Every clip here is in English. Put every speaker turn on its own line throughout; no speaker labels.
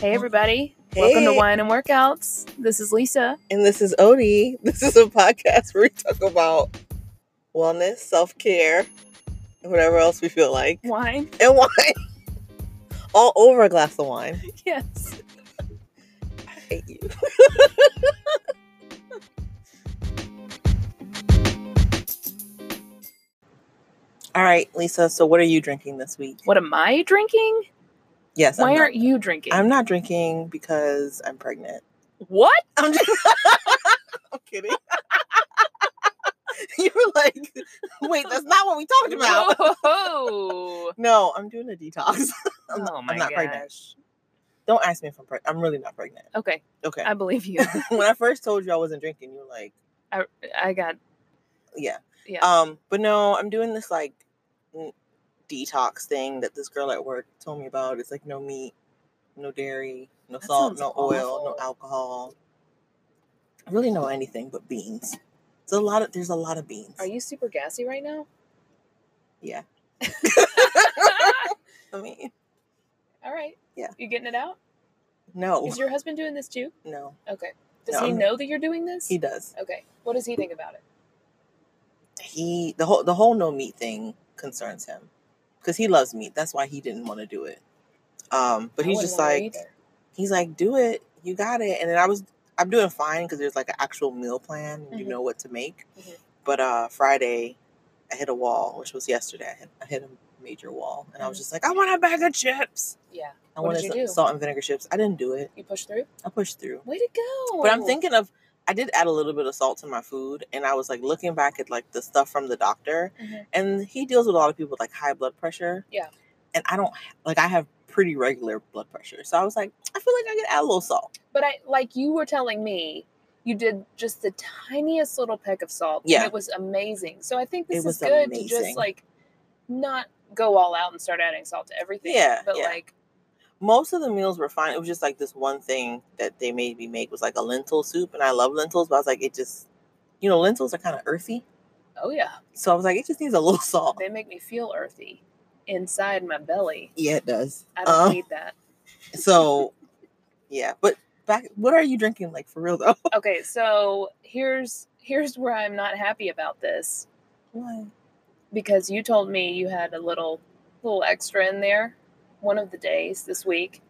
Hey, everybody. Welcome to
Hey.
Wine and Workouts. This is Lisa.
And this is Odie. This is a podcast where we talk about wellness, self care, and whatever else we feel like.
Wine?
And wine. All over a glass of wine.
Yes.
I hate you. All right, Lisa. So, what are you drinking this week?
What am I drinking?
Yes.
Why
I'm
aren't you drinking?
not, I'm not drinking because I'm pregnant.
What?
I'm just. I'm kidding. you were like, wait, that's not what we talked about.
Whoa.
No, I'm doing a detox. I'm,
Oh my
I'm not pregnant.
gosh.
Don't ask me if I'm pregnant. I'm really not pregnant.
Okay,
Okay.
I believe you.
when I first told you I wasn't drinking, you were like,
I, I got,
yeah.
Yeah.
Um, but no, I'm doing this like n- detox thing that this girl at work told me about. It's like no meat, no dairy, no
That
salt,
sounds
no oil, no
awful.
alcohol. Really no anything but beans. It's a lot of there's a lot of beans.
are you super gassy right now?
Yeah. I mean,
All right.
Yeah.
You getting it out?
no,
Is your husband doing this too?
no,
Okay. Does
No,
he
I'm-
know that you're doing this?
he does.
Okay. What does he think about it?
He the whole the whole no meat thing concerns him because he loves meat. That's why he didn't want to do it. Um, but
I
he's
wouldn't
just
wanna
like
either.
he's like, do it, you got it. And then I was I'm doing fine because there's like an actual meal plan. and You
Mhm.
know what to make.
Mhm.
But uh, Friday, I hit a wall, which was yesterday. I hit, I hit a major wall, and I was
Mhm.
just like, I want a bag of chips.
Yeah.
I
What
wanted
did you
some
do?
salt and vinegar chips. I didn't do it.
You push through?
I pushed through.
Way to go.
But I'm thinking of I did add a little bit of salt to my food and I was like looking back at like the stuff from the doctor
Mhm.
and he deals with a lot of people with like high blood pressure.
Yeah.
And I don't like I have pretty regular blood pressure. So I was like, I feel like I could add a little salt.
But I like you were telling me you did just the tiniest little peck of salt. and
Yeah.
it was amazing. So I think
It
this is
was
good to
amazing.
just like not go all out and start adding salt to everything.
Yeah,
but
yeah.
like
Most of the meals were fine. It was just like this one thing that they made me make was like a lentil soup and I love lentils, but I was like, it just you know, lentils are kind of earthy.
oh yeah,
So I was like, it just needs a little salt.
they make me feel earthy inside my belly.
Yeah, it does.
I don't
Um,
need that.
so yeah, but back what are you drinking like for real though?
Okay, so here's here's where I'm not happy about this
Why?
because you told me you had a little little extra in there one of the days this week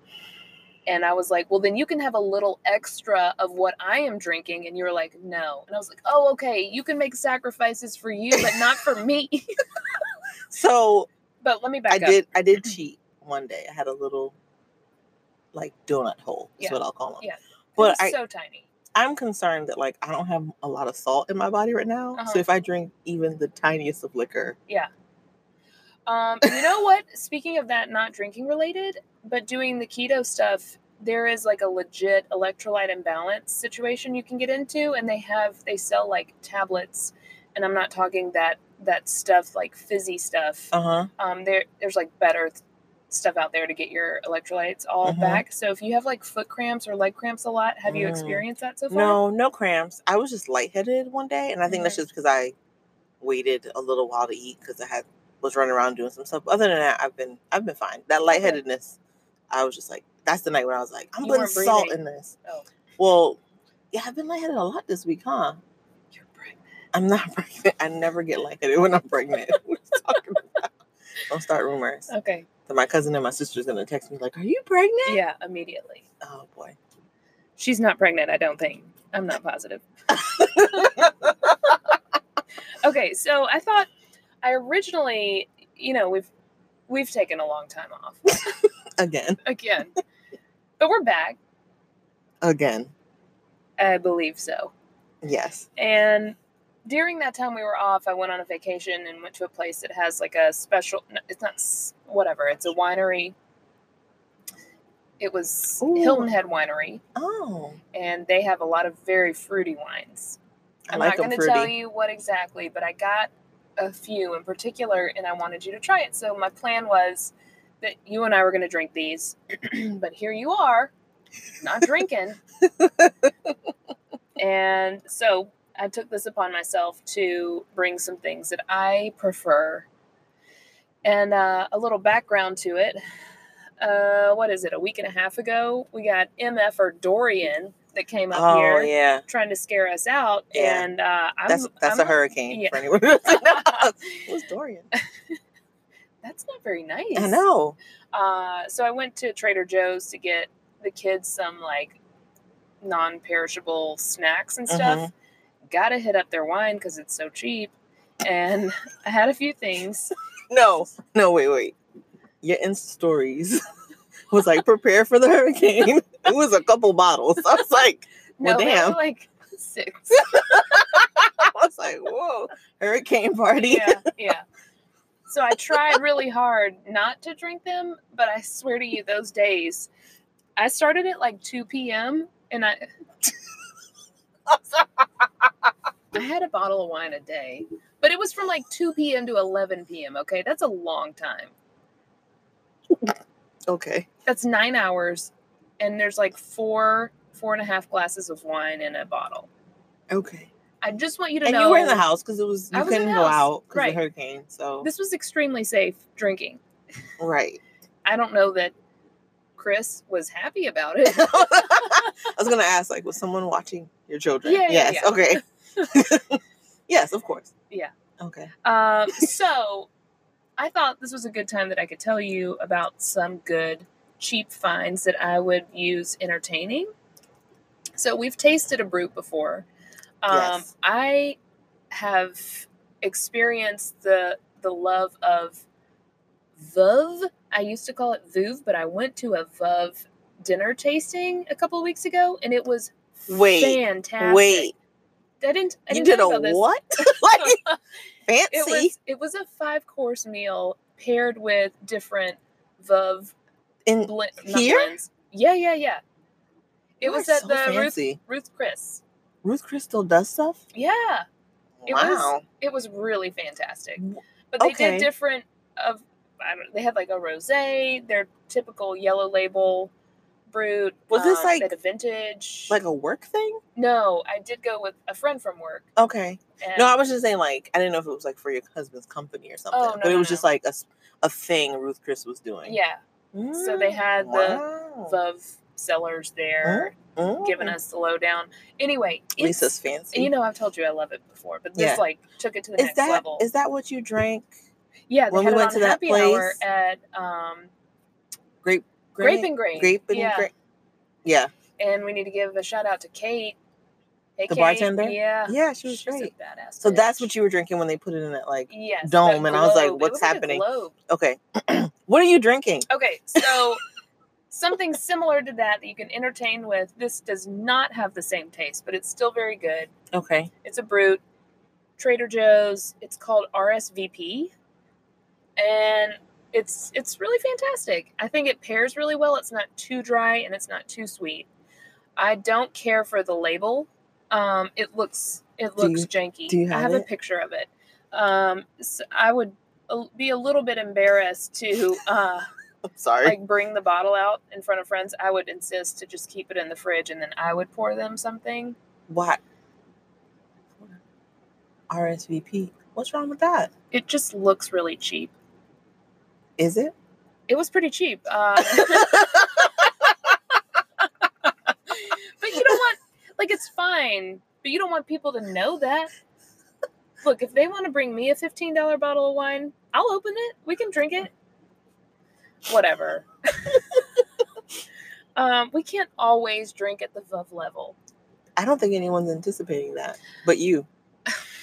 and i was like well then you can have a little extra of what i am drinking and you were like no and i was like oh okay you can make sacrifices for you but not for me
So
but let me
I
back up
did I did cheat one day. I had a little like donut hole. Is
Yeah.
what I'll call them.
Yeah.
But
it's
I,
so tiny
I'm concerned that like I don't have a lot of salt in my body right now.
Uh-huh.
So if I drink even the tiniest of liquor,
um you know what speaking of that not drinking related but doing the keto stuff there is like a legit electrolyte imbalance situation you can get into and they have they sell like tablets and i'm not talking that that stuff like fizzy stuff
uh huh.
um, there there's like better th- stuff out there to get your electrolytes all
Mhm.
back. So if you have like foot cramps or leg cramps a lot, have you
Mm.
experienced that so far?
No, no cramps. I was just lightheaded one day, and I think that's
Mhm.
just because I waited a little while to eat because I had was running around doing some stuff. Other than that, I've been I've been fine. That lightheadedness, I was just like, that's the night when I was like, I'm
You
putting
weren't
salt
breathing.
in this.
Oh.
Well, yeah, I've been lightheaded a lot this week, huh?
You're pregnant.
I'm not pregnant. I never get lightheaded when I'm pregnant. what are you talking about? Don't start rumors.
Okay.
Then my cousin and my sister's gonna text me like, "Are you pregnant?"
Yeah, immediately.
Oh boy.
She's not pregnant, I don't think. I'm not positive. okay, so I thought I originally, you know, we've we've taken a long time off
Again,
again. but we're back.
again.
I believe so.
Yes.
And during that time we were off, I went on a vacation and went to a place that has like a special. no, It's not s- whatever. It's a winery. It was
Ooh.
Hilton Head Winery,
Oh,
and they have a lot of very fruity wines.
I
I'm not
like them
going to tell
fruity.
you what exactly, but I got a few in particular, and I wanted you to try it. So my plan was that you and I were going to drink these, but here you are, not drinking. and so I took this upon myself to bring some things that I prefer and uh, a little background to it. uh, what is it, a week and a half ago, we got MF or Dorian that came up
oh
here
yeah,
trying to scare us out.
Yeah.
And uh, I'm,
that's that's a
I'm-
hurricane
yeah.
for anyone. who doesn't know. it was Dorian.
That's not very nice.
I know.
Uh, so I went to Trader Joe's to get the kids some like non perishable snacks
Mm-hmm.
and stuff. Gotta hit up their wine because it's so cheap. And I had a few things.
No, no, wait, wait. Your Insta stories was like prepare for the hurricane. it was a couple bottles. I was like, Well,
they were,
damn.
like six.
I was like, whoa, hurricane party.
yeah, yeah. So I tried really hard not to drink them, but I swear to you, those days, I started at like 2 p.m. and I. I had a bottle of wine a day, but it was from like 2 p.m. to 11 p.m. Okay, that's a long time.
Okay.
That's nine hours, and there's like four, four and a half glasses of wine in a bottle.
Okay.
I just want you to
And
know
you were in the house because it was
I
you
was in
couldn't
the
go
house,
out because
right.
of the hurricane. So
this was extremely safe drinking.
right.
I don't know that Chris was happy about it.
I was gonna ask, like, was someone watching your children?
Yeah, yeah,
yes.
yeah.
Okay. yes, of course.
Yeah.
Okay.
um, so I thought this was a good time that I could tell you about some good cheap finds that I would use entertaining. So we've tasted a brute before. Um,
Yes.
I have experienced the the love of Vuv. I used to call it Vuv, but I went to a Vuv dinner tasting a couple weeks ago, and it was
Wait.
fantastic.
Wait.
I didn't. I
You
didn't
did
know
a
about this.
what? like fancy.
It was it was a five course meal paired with different Vuv
in
blend
Here?
blends. Yeah, yeah, yeah. It
You
was
are
at
so
the Ruth,
fancy.
Ruth Chris.
Ruth Crystal does stuff.
Yeah, It was-
wow.
it was really fantastic.
W-
But they
okay.
did different of I don't. They had like a rosé, their typical yellow label brut.
Was this
um,
like-
they had a vintage?
like a work thing.
no, I did go with a friend from work.
Okay.
And
No, I was just saying like I didn't know if it was like for your husband's company or something,
Oh, no,
but it
no,
was just
no.
like a, s- a thing Ruth Chris was doing. Mm,
yeah, so they had the
the
Vuv sellers
Oh.
there. giving us the lowdown. Anyway, it's-
Mm. Lisa's fancy.
You know, I've told you I love it before, but this
Yeah.
like took it to the
is
next
that is
level.
that what you drank?
yeah, they
when
had
we
it
went
on
to that
happy hour
place-
at um, Grape,
Grape,
and Grain.
grape and
yeah.
grape. Yeah,
And we need to give a shout out to Kate. Hey,
The
Kate.
bartender?
Yeah,
yeah, she was
she's
great.
a badass.
So that's what you were drinking when they put it in that like.
Yes,
dome,
that
and I was like,
globe. It
what's
was like a
happening?
globe.
Okay, what are you drinking?
Okay, so something similar to that that you can entertain with. This does not have the same taste, but it's still very good.
Okay,
It's a brute. Trader Joe's. It's called RSVP, and it's it's really fantastic. I think it pairs really well. It's not too dry and it's not too sweet. I don't care for the label. Um, it looks it
Do
looks
you-
janky.
do you
I have
have
a
it?
picture of it. Um, so I would uh, be a little bit embarrassed to uh,
I'm sorry.
like bring the bottle out in front of friends. I would insist to just keep it in the fridge and then I would pour them something.
What? RSVP. What's wrong with that?
It just looks really cheap.
Is it?
It was pretty cheap. Uh, but you don't want, like, it's fine, but you don't want people to know that. Look, if they want to bring me a $15 bottle of wine, I'll open it. We can drink it. Whatever. um, we can't always drink at the VUV level.
I don't think anyone's anticipating that, but you.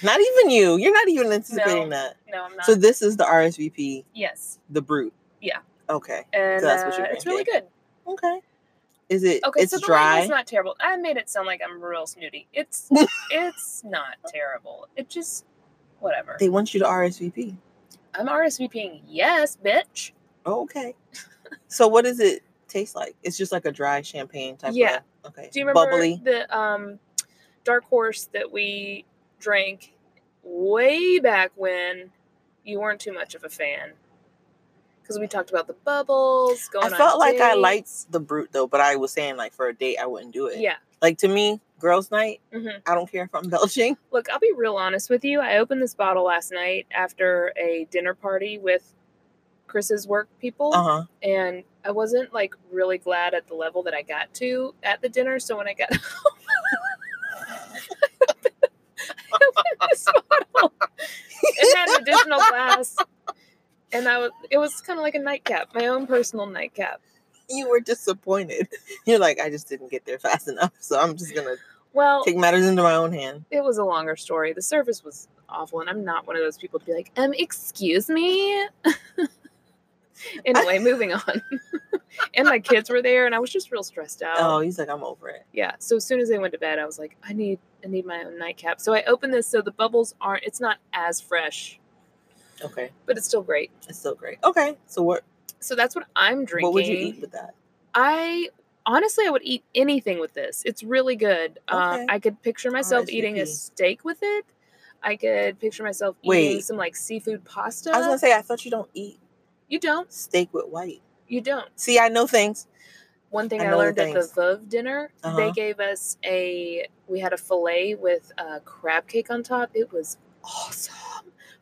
Not even you. You're not even anticipating that.
No, I'm not.
So this is the RSVP,
yes.
the brute.
Yeah.
Okay.
And
So that's what
uh,
you're
it's really good.
Okay. Is it?
Okay,
it's
so the
dry.
label's not terrible. I made it sound like I'm real snooty. It's it's not terrible. It just whatever.
they want you to RSVP.
I'm RSVPing yes, bitch.
Oh, okay. so what does it taste like? It's just like a dry champagne type.
Yeah.
Of, okay.
Do you remember
bubbly?
the um dark horse that we drank way back when you weren't too much of a fan? Because we talked about the bubbles going
I
on
felt like I
dates.
liked the brute though, but I was saying like for a date I wouldn't do it.
Yeah.
Like to me, girls' night.
hmm
I don't care if I'm belching.
Look, I'll be real honest with you. I opened this bottle last night after a dinner party with Chris's work people.
Uh huh.
and I wasn't like really glad at the level that I got to at the dinner. So when I got home, I opened this bottle. It had an additional glass, and I was. It was kind of like a nightcap, my own personal nightcap.
You were disappointed. You're like, I just didn't get there fast enough, so I'm just gonna
Well,
take matters into my own hand.
it was a longer story. The service was awful, and I'm not one of those people to be like, um, excuse me. anyway, moving on. and my kids were there, and I was just real stressed out.
Oh, he's like, I'm over it.
Yeah. So as soon as they went to bed, I was like, I need, I need my own nightcap. So I opened this, so the bubbles aren't. It's not as fresh,
Okay,
but it's still great.
it's so great. Okay, so what?
So that's what I'm drinking.
What would you eat with that?
I honestly, I would eat anything with this. It's really good. Uh,
Okay.
I could picture myself eating a
RSVP.
steak with it. I could picture myself eating
Wait.
some like seafood pasta.
I was gonna say, I thought you don't eat
you don't.
steak with white.
You don't.
See, I know things.
One thing
I
I,
know the
learned at the
things.
Vove dinner,
Uh-huh.
they gave us a we had a fillet with a crab cake on top. It was awesome.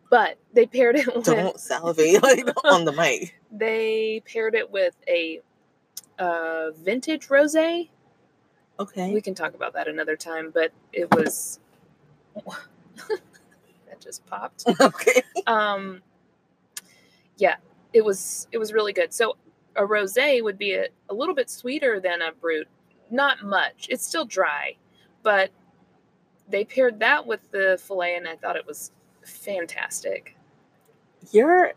But they paired it with
Don't salivate like on the mic.
they paired it with a uh, vintage rosé. We
Okay.
can talk about that another time, but it was that just popped.
Okay.
Um yeah, it was it was really good. So a rosé would be a, a little bit sweeter than a brut. Not much. It's still dry, but they paired that with the fillet and I thought it was fantastic.
Your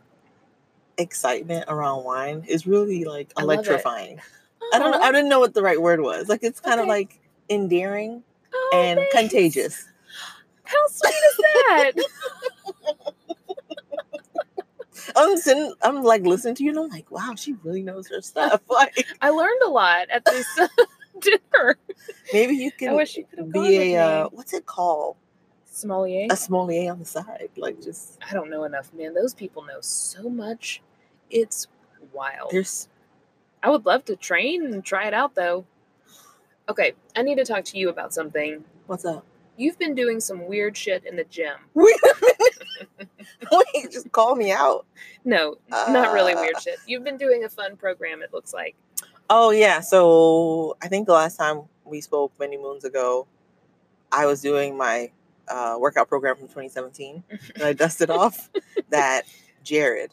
excitement around wine is really like
I love it. Uh-huh.
electrifying. I don't know. I didn't know what the right word was. Like it's kind of
Okay.
like endearing
Oh,
and
thanks.
contagious.
How sweet is that?
I'm sitting. I'm like listening to you, and I'm like, wow, she really knows her stuff. Like
I learned a lot at this dinner.
maybe you
I
can
wish you could have gone with
be
me.
a uh, what's it called?
Sommelier.
A sommelier on the side, like just
I don't know enough, man. Those people know so much. It's wild.
there's.
I would love to train and try it out, though. Okay, I need to talk to you about something.
What's up?
You've been doing some weird shit in the gym.
Wait a minute. Wait, just call me out.
No, not really
Uh.
weird shit. You've been doing a fun program, it looks like.
Oh yeah. So I think the last time we spoke many moons ago, I was doing my uh, workout program from 2017, and I dusted off that Jared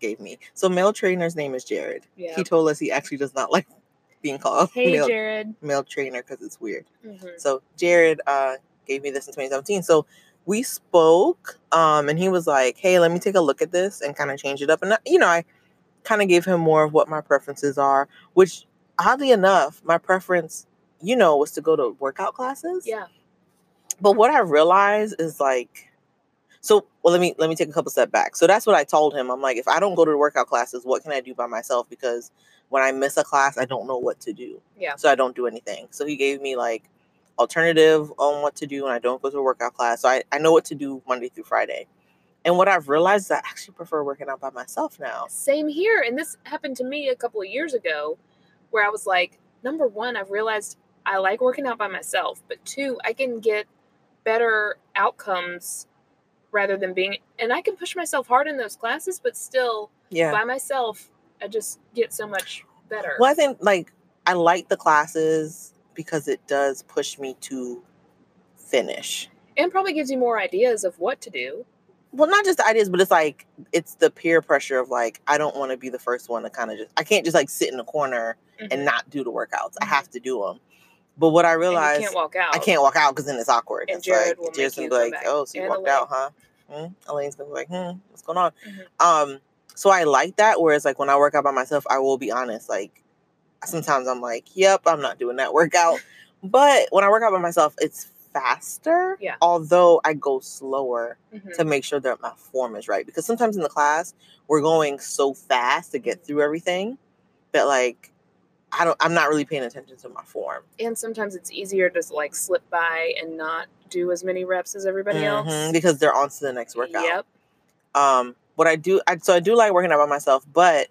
gave me. So male trainer's name is Jared.
Yeah.
He told us he actually does not like being called
Hey,
male,
Jared.
male trainer because it's weird.
Mhm.
So Jared uh, gave me this in 2017. So we spoke, um, and he was like, "Hey, let me take a look at this and kind of change it up." And I- you know, I kind of gave him more of what my preferences are. Which, oddly enough, my preference, you know, was to go to workout classes.
Yeah.
But what I realized is like, so well, let me let me take a couple step back. So that's what I told him. I'm like, if I don't go to the workout classes, what can I do by myself? Because when I miss a class, I don't know what to do.
Yeah.
So I don't do anything. So he gave me like alternative on what to do when I don't go to a workout class. So I, I know what to do Monday through Friday. And what I've realized is I actually prefer working out by myself now.
Same here. And this happened to me a couple of years ago where I was like, number one, I've realized I like working out by myself, but two, I can get better outcomes rather than being, and I can push myself hard in those classes, but still
Yeah.
by myself, I just get so much better.
Well, I think like I like the classes because it does push me to finish.
And probably gives you more ideas of what to do.
well not just the ideas but it's like it's the peer pressure of like i don't want to be the first one to kind of just i can't just like sit in the corner and
Mhm.
not do the workouts i
Mhm.
have to do them but what i
And
realized
you can't walk out.
i can't walk out because then it's awkward
And
it's
Jared will
like
make
Jared's gonna
you
be
come
like
back.
oh so you
And
walked out huh hmm? elaine's gonna be like hmm what's going on
Mhm.
um so i like that whereas like when i work out by myself i will be honest like sometimes i'm like yep i'm not doing that workout but when i work out by myself it's faster
Yeah.
although i go slower
Mhm.
to make sure that my form is right. Because sometimes in the class we're going so fast to get through everything that like I don't I'm not really paying attention to my form.
And sometimes it's easier to like slip by and not do as many reps as everybody
Mhm,
else.
Because they're on to the next workout.
Yep.
Um what I do I so I do like working out by myself, but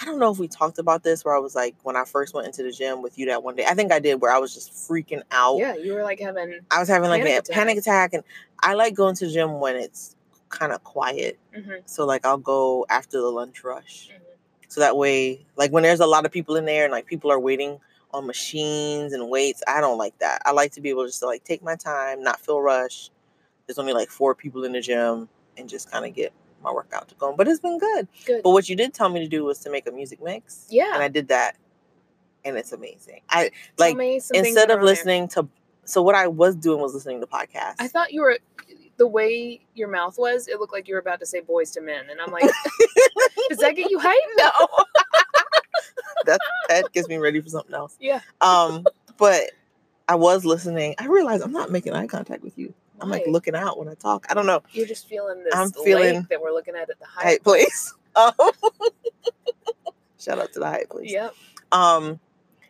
I don't know if we talked about this where I was like when I first went into the gym with you that one day. I think I did where I was just freaking out.
Yeah, you were like having.
I was having like
Panic
a
attack.
panic attack and I like going to the gym when it's kind of quiet.
Mhm,
So like I'll go after the lunch rush.
mhm.
So that way, like when there's a lot of people in there and like people are waiting on machines and weights, I don't like that. I like to be able to just like take my time, not feel rushed. There's only like four people in the gym and just kind of get my workout to go. But it's been good.
Good.
But what you did tell me to do was to make a music mix. And
yeah.
I did that. And it's amazing. I
Tell
like
me some things
instead
that
of
are on there.
listening to so what I was doing was listening to podcasts.
I thought you were the way your mouth was, it looked like you were about to say boys to men. And I'm like, does that get you hype?
no. that that gets me ready for something else.
Yeah.
Um, but I was listening. I realized I'm not making eye contact with you. I'm like
Right.
looking out when I talk. I don't know.
You're just feeling this
I'm
lake
feeling-
that we're looking at at the height.
Hype place. Um, shout out to the hype place.
Yep.
Um,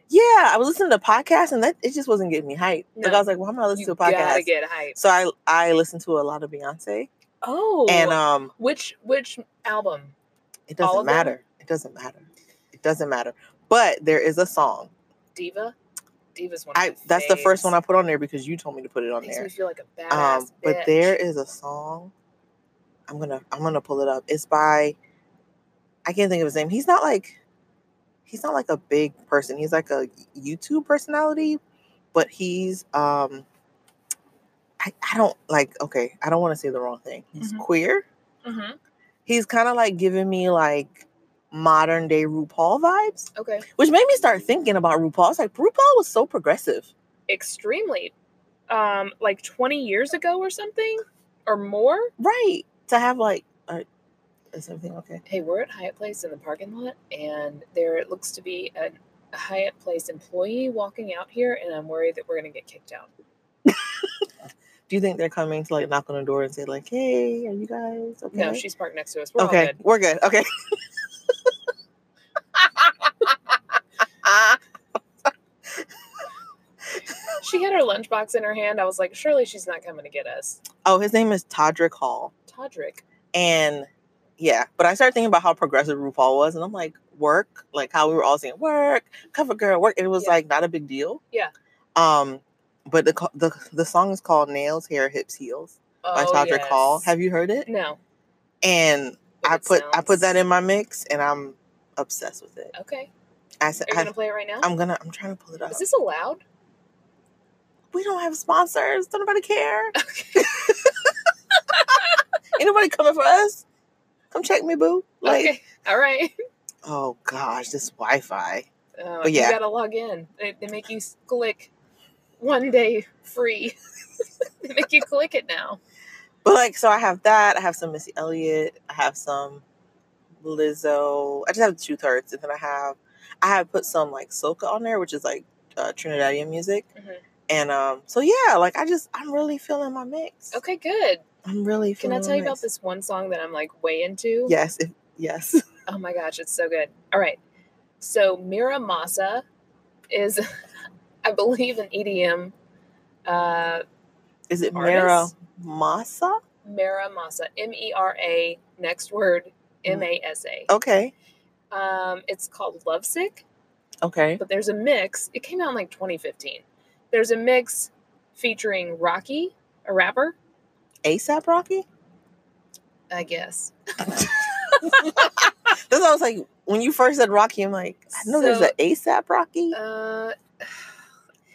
yeah, I was listening to podcasts and that it just wasn't getting me hype. Like
No.
I was like, why am I listening
you
to a
gotta
podcast?
get hype.
so I I listened to a lot of Beyonce
Oh.
and um
which which album?
it
all
doesn't
of them?
matter. It doesn't matter. It doesn't matter. But there is a song
Diva. Diva's one. Of
I that's the first one I put on there because you told me to put it on
Makes
there.
me feel like a badass.
Um, but there is a song. I'm gonna I'm gonna pull it up. It's by I can't think of his name. He's not like he's not like a big person. He's like a YouTube personality, but he's um I, I don't like okay, I don't want to say the wrong thing. He's
Mhm.
queer.
Mm-hmm.
He's kind of like giving me like modern day RuPaul vibes,
Okay.
which made me start thinking about RuPaul. It's like RuPaul was so progressive.
Extremely. Um, like 20 years ago or something or more.
Right. To have like uh, is everything okay?
Hey, we're at Hyatt Place in the parking lot, and there looks to be a, a Hyatt Place employee walking out here, and I'm worried that we're gonna get kicked out.
Do you think they're coming to like knock on the door and say like, "Hey, are you guys okay?"
No, she's parked next to us. We're all
okay,
good.
we're good. Okay.
She had her lunchbox in her hand. I was like, surely she's not coming to get us.
oh, his name is Todrick Hall,
Todrick.
and yeah, but I started thinking about how progressive RuPaul was, and I'm like, work, like how we were all saying work, cover girl, work. It was
Yeah.
like not a big deal.
Yeah.
Um, but the co- the the song is called "Nails, Hair, Hips, Heels" by
oh,
Todrick Hall.
yes. Mm,
Have you heard it?
no.
And
but
I
it
put I put
sounds-
that in my mix, and I'm obsessed with it.
Okay.
I said,
Are you
I,
gonna play it right now?
I'm gonna, I'm trying to pull it up.
Is this allowed?
we don't have sponsors. Don't nobody care. Ain't nobody coming for us. Come check me, boo. Like,
okay. All right.
oh gosh, this Wi-Fi.
Uh,
But yeah.
You gotta log in. They, they make you s- click one day free. they make you click it now.
But like, so I have that. I have some Missy Elliott. I have some Lizzo. I just have two thirds, and then I have, I have put some like soca on there, which is like uh, Trinidadian music.
Mhm.
And um, so yeah, like I just, I'm really feeling my mix.
Okay, good.
I'm really.
Can
Feeling
I
my
tell you about
mix.
this one song that I'm like way into?
Yes. If, yes.
Oh my gosh, it's so good. All right. So Mira Masa is, I believe, an EDM. Uh,
Is it Mira
Artist?
Massa?
Mira Masa, M E R A, next word,
Mm.
M A S A.
Okay. Oh.
Um, it's called Lovesick,
Okay.
but there's a mix. It came out in like 2015. There's a mix featuring Rocky, a rapper,
ASAP Rocky?
I guess.
That's what I was like when you first said Rocky, I'm like, I know there's
So-
an ASAP Rocky.
Uh,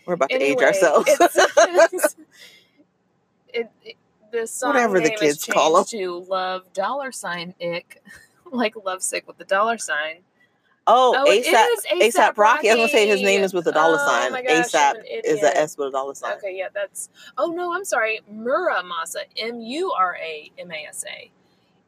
We're about to age
anyway,
ourselves.
it's- it, it- the song
Whatever the
name is
kids call 'em.
changed to love dollar sign ick, like lovesick with the dollar sign.
oh,
it
ASAP
is
ASAP Rocky. I was gonna say his name is with a dollar
Oh
sign.
my gosh, I'm
ASAP
an
is
idiot.
a S with a dollar sign.
Okay, yeah, that's. Oh no, I'm sorry. Mura Masa, M U R A M A S A.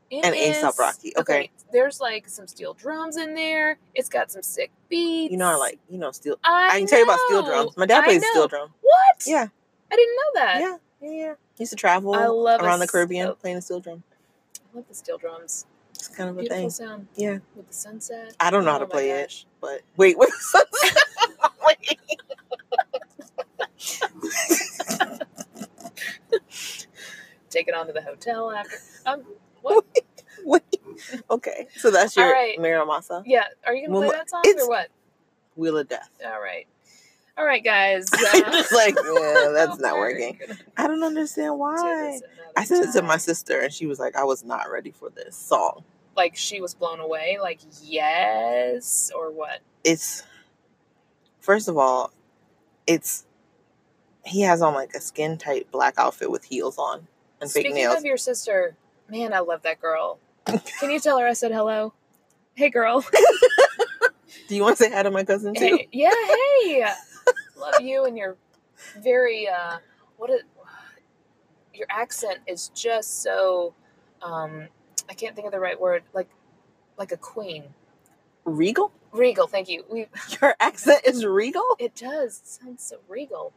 It
And A$AP
is-
Rocky, okay.
There's like some steel drums in there. It's got some sick beats.
You know, I like you know steel.
I,
I, can tell you about steel
know.
drums. My dad
I
plays
know.
steel drum.
What?
Yeah,
I didn't know that.
yeah, yeah, yeah. He used to travel
I love a
around the
s-
Caribbean
oh.
playing the steel drum.
I love the steel drums.
It's kind of a
Beautiful
thing.
sound
Yeah,
with the sunset.
I don't know how
Oh
to
my
play it,
gosh.
but wait, wait.
Take it on to the hotel after.
Uh-huh.
Um, what?
okay, so that's your
All
right.
right.
Miramasa
yeah, are you gonna
Well,
play that song
it's-
or what?
Wheel of Death.
All right, all right, guys. uh, oh,
I'm just like, yeah, that's not
we're
working.
gonna do
I don't understand
this
why.
another
I said it to my
time.
sister, and she was like, I was not ready for this song.
like she was blown away like yes or what
It's first of all, it's he has on like a skin tight black outfit with heels on and fake
speaking
nails.
of your sister man i love that girl can you tell her i said hello hey girl
Do you want to say hi to my cousin too?
Hey, yeah hey love you and your very uh what a, your accent is just so um i can't think of the right word like like a queen
Regal?
regal thank you we
Your accent is regal?
It does. It sounds so regal.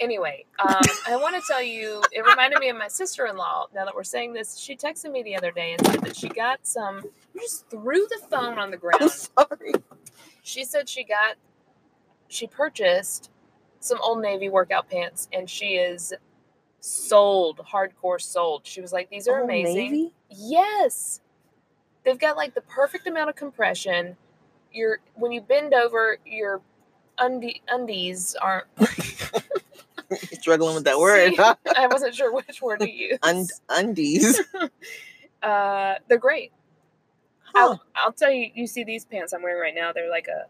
Anyway, um, I want to tell you, it reminded me of my sister in law. Now that we're saying this, she texted me the other day and said that she got some, just threw the phone on the
I'm
ground.
sorry.
She said she got, she purchased some Old Navy workout pants and she is sold, hardcore sold. She was like, these are
Old
amazing.
Navy?
Yes. They've got like the perfect amount of compression. Your when you bend over, your undie, undies aren't.
You're struggling with that word.
See? I wasn't sure which word to use.
Und- undies.
uh, they're great.
Huh.
I'll, I'll tell you. You see these pants I'm wearing right now? They're like a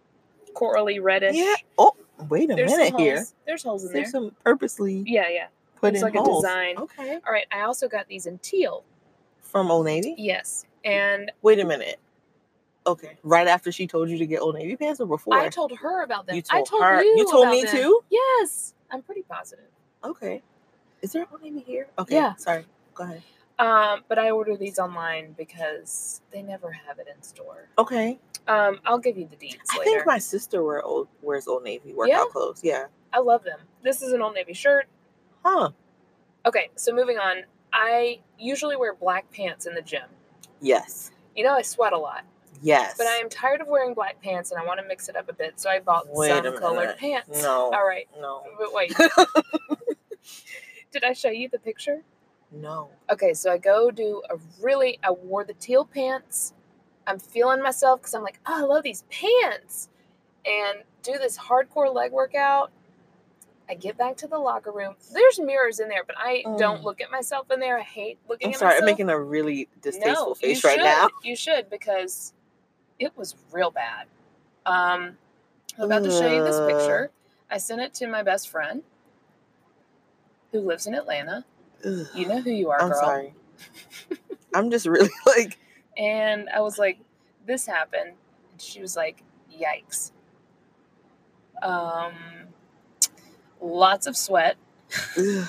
corally reddish.
Yeah. Oh, wait a
There's some
minute
holes.
here.
There's holes in
There's
there.
some purposely
yeah, yeah.
put
There's
in
like a
holes. Oh.
design.
Okay.
All right. I also got these in teal.
From Old Navy?
Yes. And
Wait a minute. Okay. Right after she told you to get Old Navy pants or before?
I told her about them.
You
I
told
told
her-
you.
you told
about
me
them.
too?
Yes. I'm pretty positive.
okay. Is there Old Navy here? Okay.
Yeah.
Sorry. Go ahead.
Um, but I order these online because they never have it in store.
Okay.
Um, I'll give you the deets
I
later.
think my sister wear old wears Old Navy workout
Yeah?
clothes. Yeah.
I love them. This is an Old Navy shirt.
Huh.
Okay, so moving on. I usually wear black pants in the gym.
Yes.
You know, I sweat a lot,
Yes.
but I am tired of wearing black pants and I want to mix it up a bit, so I bought
Wait a
some
minute.
colored pants.
No.
All right,
No.
but wait. Did I show you the picture?
No.
okay, so I go do a really, I wore the teal pants. I'm feeling myself because I'm like, oh, I love these pants. And do this hardcore leg workout. I get back to the locker room. There's mirrors in there, but I don't
Mm.
look at myself in there. I hate looking
I'm
at
sorry. I'm
myself.
making a really distasteful
no,
face
you
right
should.
now.
You should because it was real bad. Um, I'm about to show you this
Ugh.
picture. I sent it to my best friend who lives in Atlanta.
Ugh.
You know who you are,
I'm
girl.
sorry. I'm just really like,
And I was like, this happened. And she was like, yikes. Um, lots of sweat.
ugh,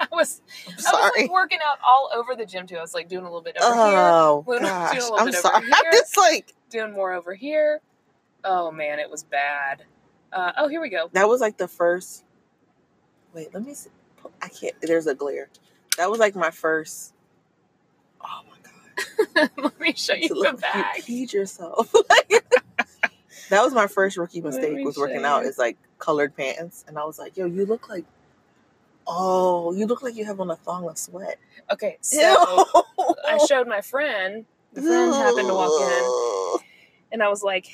I was, I
I'm
was
sorry.
like working out all over the gym too. I was like doing a little bit over here,
oh
We'll do a
gosh,
little
I'm
bit over
sorry.
here.
I'm just like
doing more over here. Oh man, it was bad. Uh, oh, here we go.
that was like the first. Wait, let me. See. I can't. There's a glare. That was like my first. Oh my god.
Let me show you
to
the
look you
back.
peed yourself. that was my first rookie mistake
me
was
show
working out
you.
is like colored pants, and I was like, yo, you look like. Oh, you look like you have on a thong of sweat.
Okay, so I showed my friend. The friend happened to walk in. And I was like,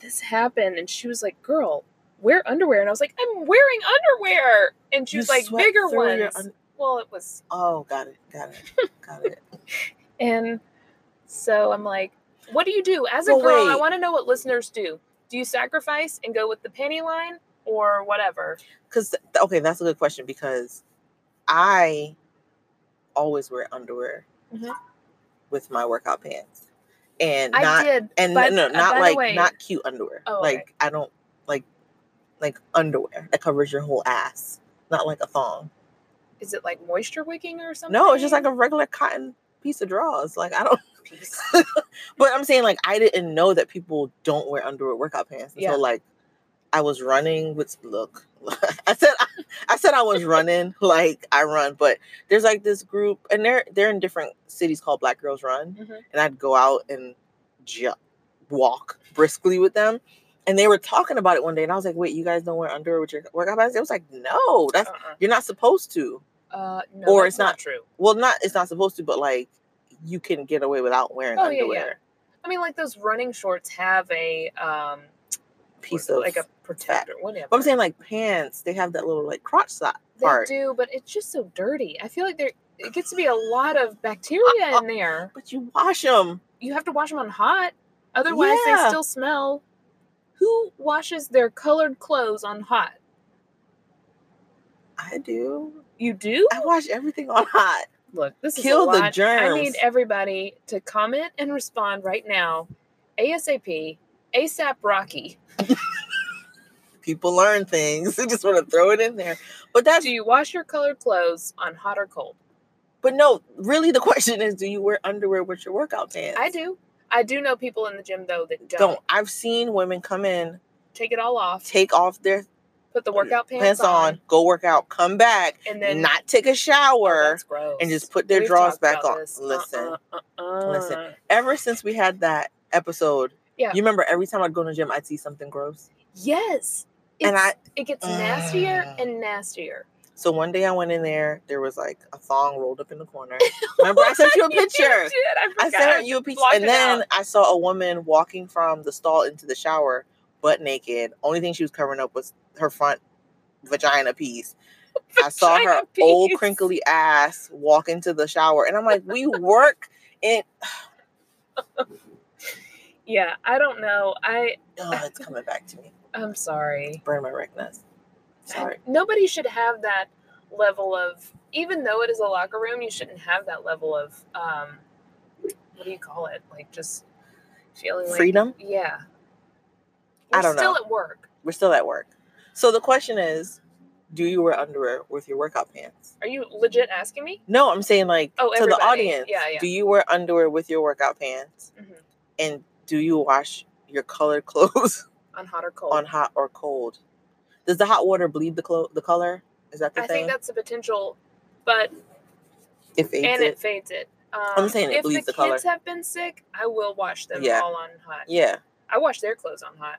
this happened. And she was like, girl, wear underwear. And I was like, I'm wearing underwear. And she was like, bigger ones. well, it was.
oh, got it, got it, got it.
And so I'm like, what do you do? As a
Well,
girl, I
wait.
want to know what listeners do. Do you sacrifice and go with the panty line or whatever?
Because okay, that's a good question because I always wear underwear
Mhm.
with my workout pants, and not
I did.
and
But,
no,
uh,
not
by the
like
way-
not cute underwear.
Oh, okay.
like I don't like like underwear that covers your whole ass, not like a thong.
Is it like moisture wicking or something?
No, it's just like a regular cotton piece of drawers. Like I don't. but I'm saying like I didn't know that people don't wear underwear workout pants until
Yeah.
like I was running with look. I said I, said I was running like I run, but there's like this group and they're they're in different cities called Black Girls Run,
Mhm.
and I'd go out and ju- walk briskly with them. And they were talking about it one day, and I was like, "Wait, you guys don't wear underwear with your workout pants?" It was like, "No, that's
Uh-uh.
you're not supposed to."
Uh, no,
Or
that's
it's not-
true.
well not it's not supposed to but like you can get away without wearing
Oh, yeah, yeah.
underwear
I mean, like those running shorts have a um,
piece of
like a protector, whatever.
but i'm saying like pants they have that little like crotch side
They
part
do, but it's just so dirty. I feel like there it gets to be a lot of bacteria in there.
but you wash them
you have to wash them on hot. Otherwise, they
Yeah.
still smell. Who washes their colored clothes on hot?
I do.
You do?
I wash everything on hot.
Look, this
Kill
is a
the
lot. I
germs.
need everybody to comment and respond right now, ASAP, ASAP Rocky.
People learn things. They just want to throw it in there. But that's
Do you wash your colored clothes on hot or cold?
but no, really the question is do you wear underwear with your workout pants?
I do. I do know people in the gym though that don't,
Don't. I've seen women come in,
take it all off,
take off their
put the workout pants,
pants on, go work out, come back,
and then
not take a
Oh,
shower,
that's gross.
and just put their
We've
drawers
talked
back
about
on.
this.
Listen,
Uh-uh, uh-uh.
Listen. ever since we had that episode,
Yeah.
you remember every time I'd go to the gym, I'd see something gross.
Yes. It's,
And I-
it gets nastier
Mm.
and nastier.
So one day I went in there, there was like a thong rolled up in the corner. Remember, I sent you a
You
picture.
did, I,
I
forgot.
sent you a picture.
blocked
And
it
then
out.
I saw a woman walking from the stall into the shower, butt naked. Only thing she was covering up was her front vagina piece. I saw her
Vagina
old
piece.
crinkly ass walk into the shower. And I'm like, we work in.
Yeah, I don't know. I
Oh, it's coming back to me.
I'm sorry.
Burn my rectus. Sorry.
Nobody should have that level of even though it is a locker room, you shouldn't have that level of um what do you call it? Like just feeling like
Freedom?
Yeah. We're
I don't
still
know.
at work.
We're still at work. So the question is do you wear underwear with your workout pants?
Are you legit asking me?
No, I'm saying like
Oh,
to the
everybody.
audience.
Yeah, yeah.
Do you wear underwear with your workout pants?
Mhm.
And do you wash your colored clothes
On hot or cold?
on hot or cold? Does the hot water bleed the clo- the color? Is that the
I
thing?
think that's the potential, but
it fades
and
it.
it fades it. Um,
I'm saying it
if
bleeds
the
the color.
kids have been sick, I will wash them
Yeah.
all on hot.
Yeah.
I wash their clothes on hot.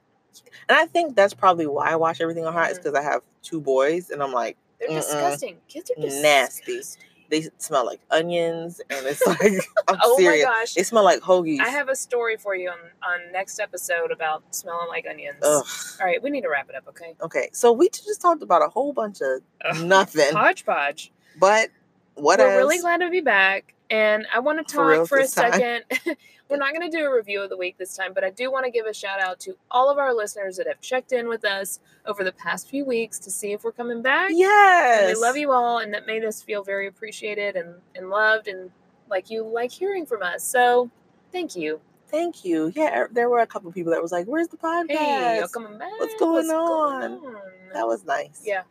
And I think that's probably why I wash everything on hot is
Mhm.
because I have two boys and I'm like,
They're
Mm-mm.
disgusting. Kids are disgusting.
Nasty. they smell like onions and it's like, I'm
Oh
serious.
my gosh.
They smell like hoagies.
I have a story for you on, on next episode about smelling like onions.
Ugh.
All right, we need to wrap it up, okay?
Okay, so we just talked about a whole bunch of
Ugh.
nothing,
Hodgepodge.
but what
We're
else?
really glad to be back. And I want to
For real
talk for a
this time?
second. We're not going to do a review of the week this time, but I do want to give a shout out to all of our listeners that have checked in with us over the past few weeks to see if we're coming back.
Yes,
And we love you all, and that made us feel very appreciated and, and loved, and like you like hearing from us. So thank you.
Thank you. Yeah, er, there were a couple people that was like, "Where's the podcast?"
Hey, y'all coming back.
What's going on? That was nice.
Yeah.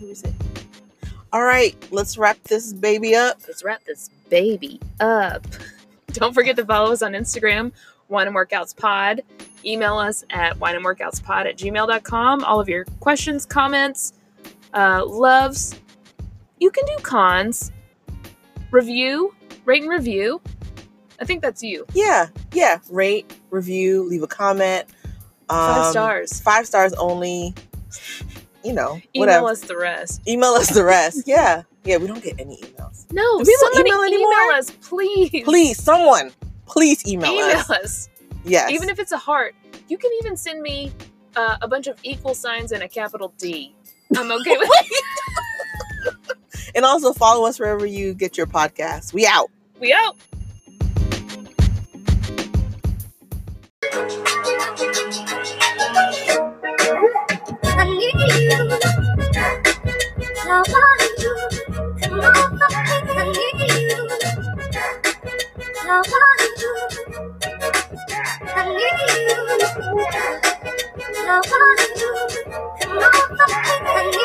Who is it? All right, let's wrap this baby up.
Let's wrap this baby up. Don't forget to follow us on Instagram, Wine and Workouts Pod. Email us at wine and workouts pod at gmail.com. All of your questions, comments, uh, loves. You can do cons. Review, rate and review. I think that's you.
Yeah, yeah. Rate, review, leave a comment.
Five
Um,
stars.
Five stars only. You know,
Email
whatever.
us the rest.
Email us the rest. Yeah, yeah. We don't get any emails.
No,
Do people
somebody
email
email,
anymore?
us, please.
Please, someone, please email,
Email
us.
us.
Yes.
Even if it's a heart, you can even send me uh, a bunch of equal signs and a capital D. I'm okay with it.
and also follow us wherever you get your podcasts. We out.
We out.
I'm you. How are you? Come on, I'm you. How are you? I'm you. How are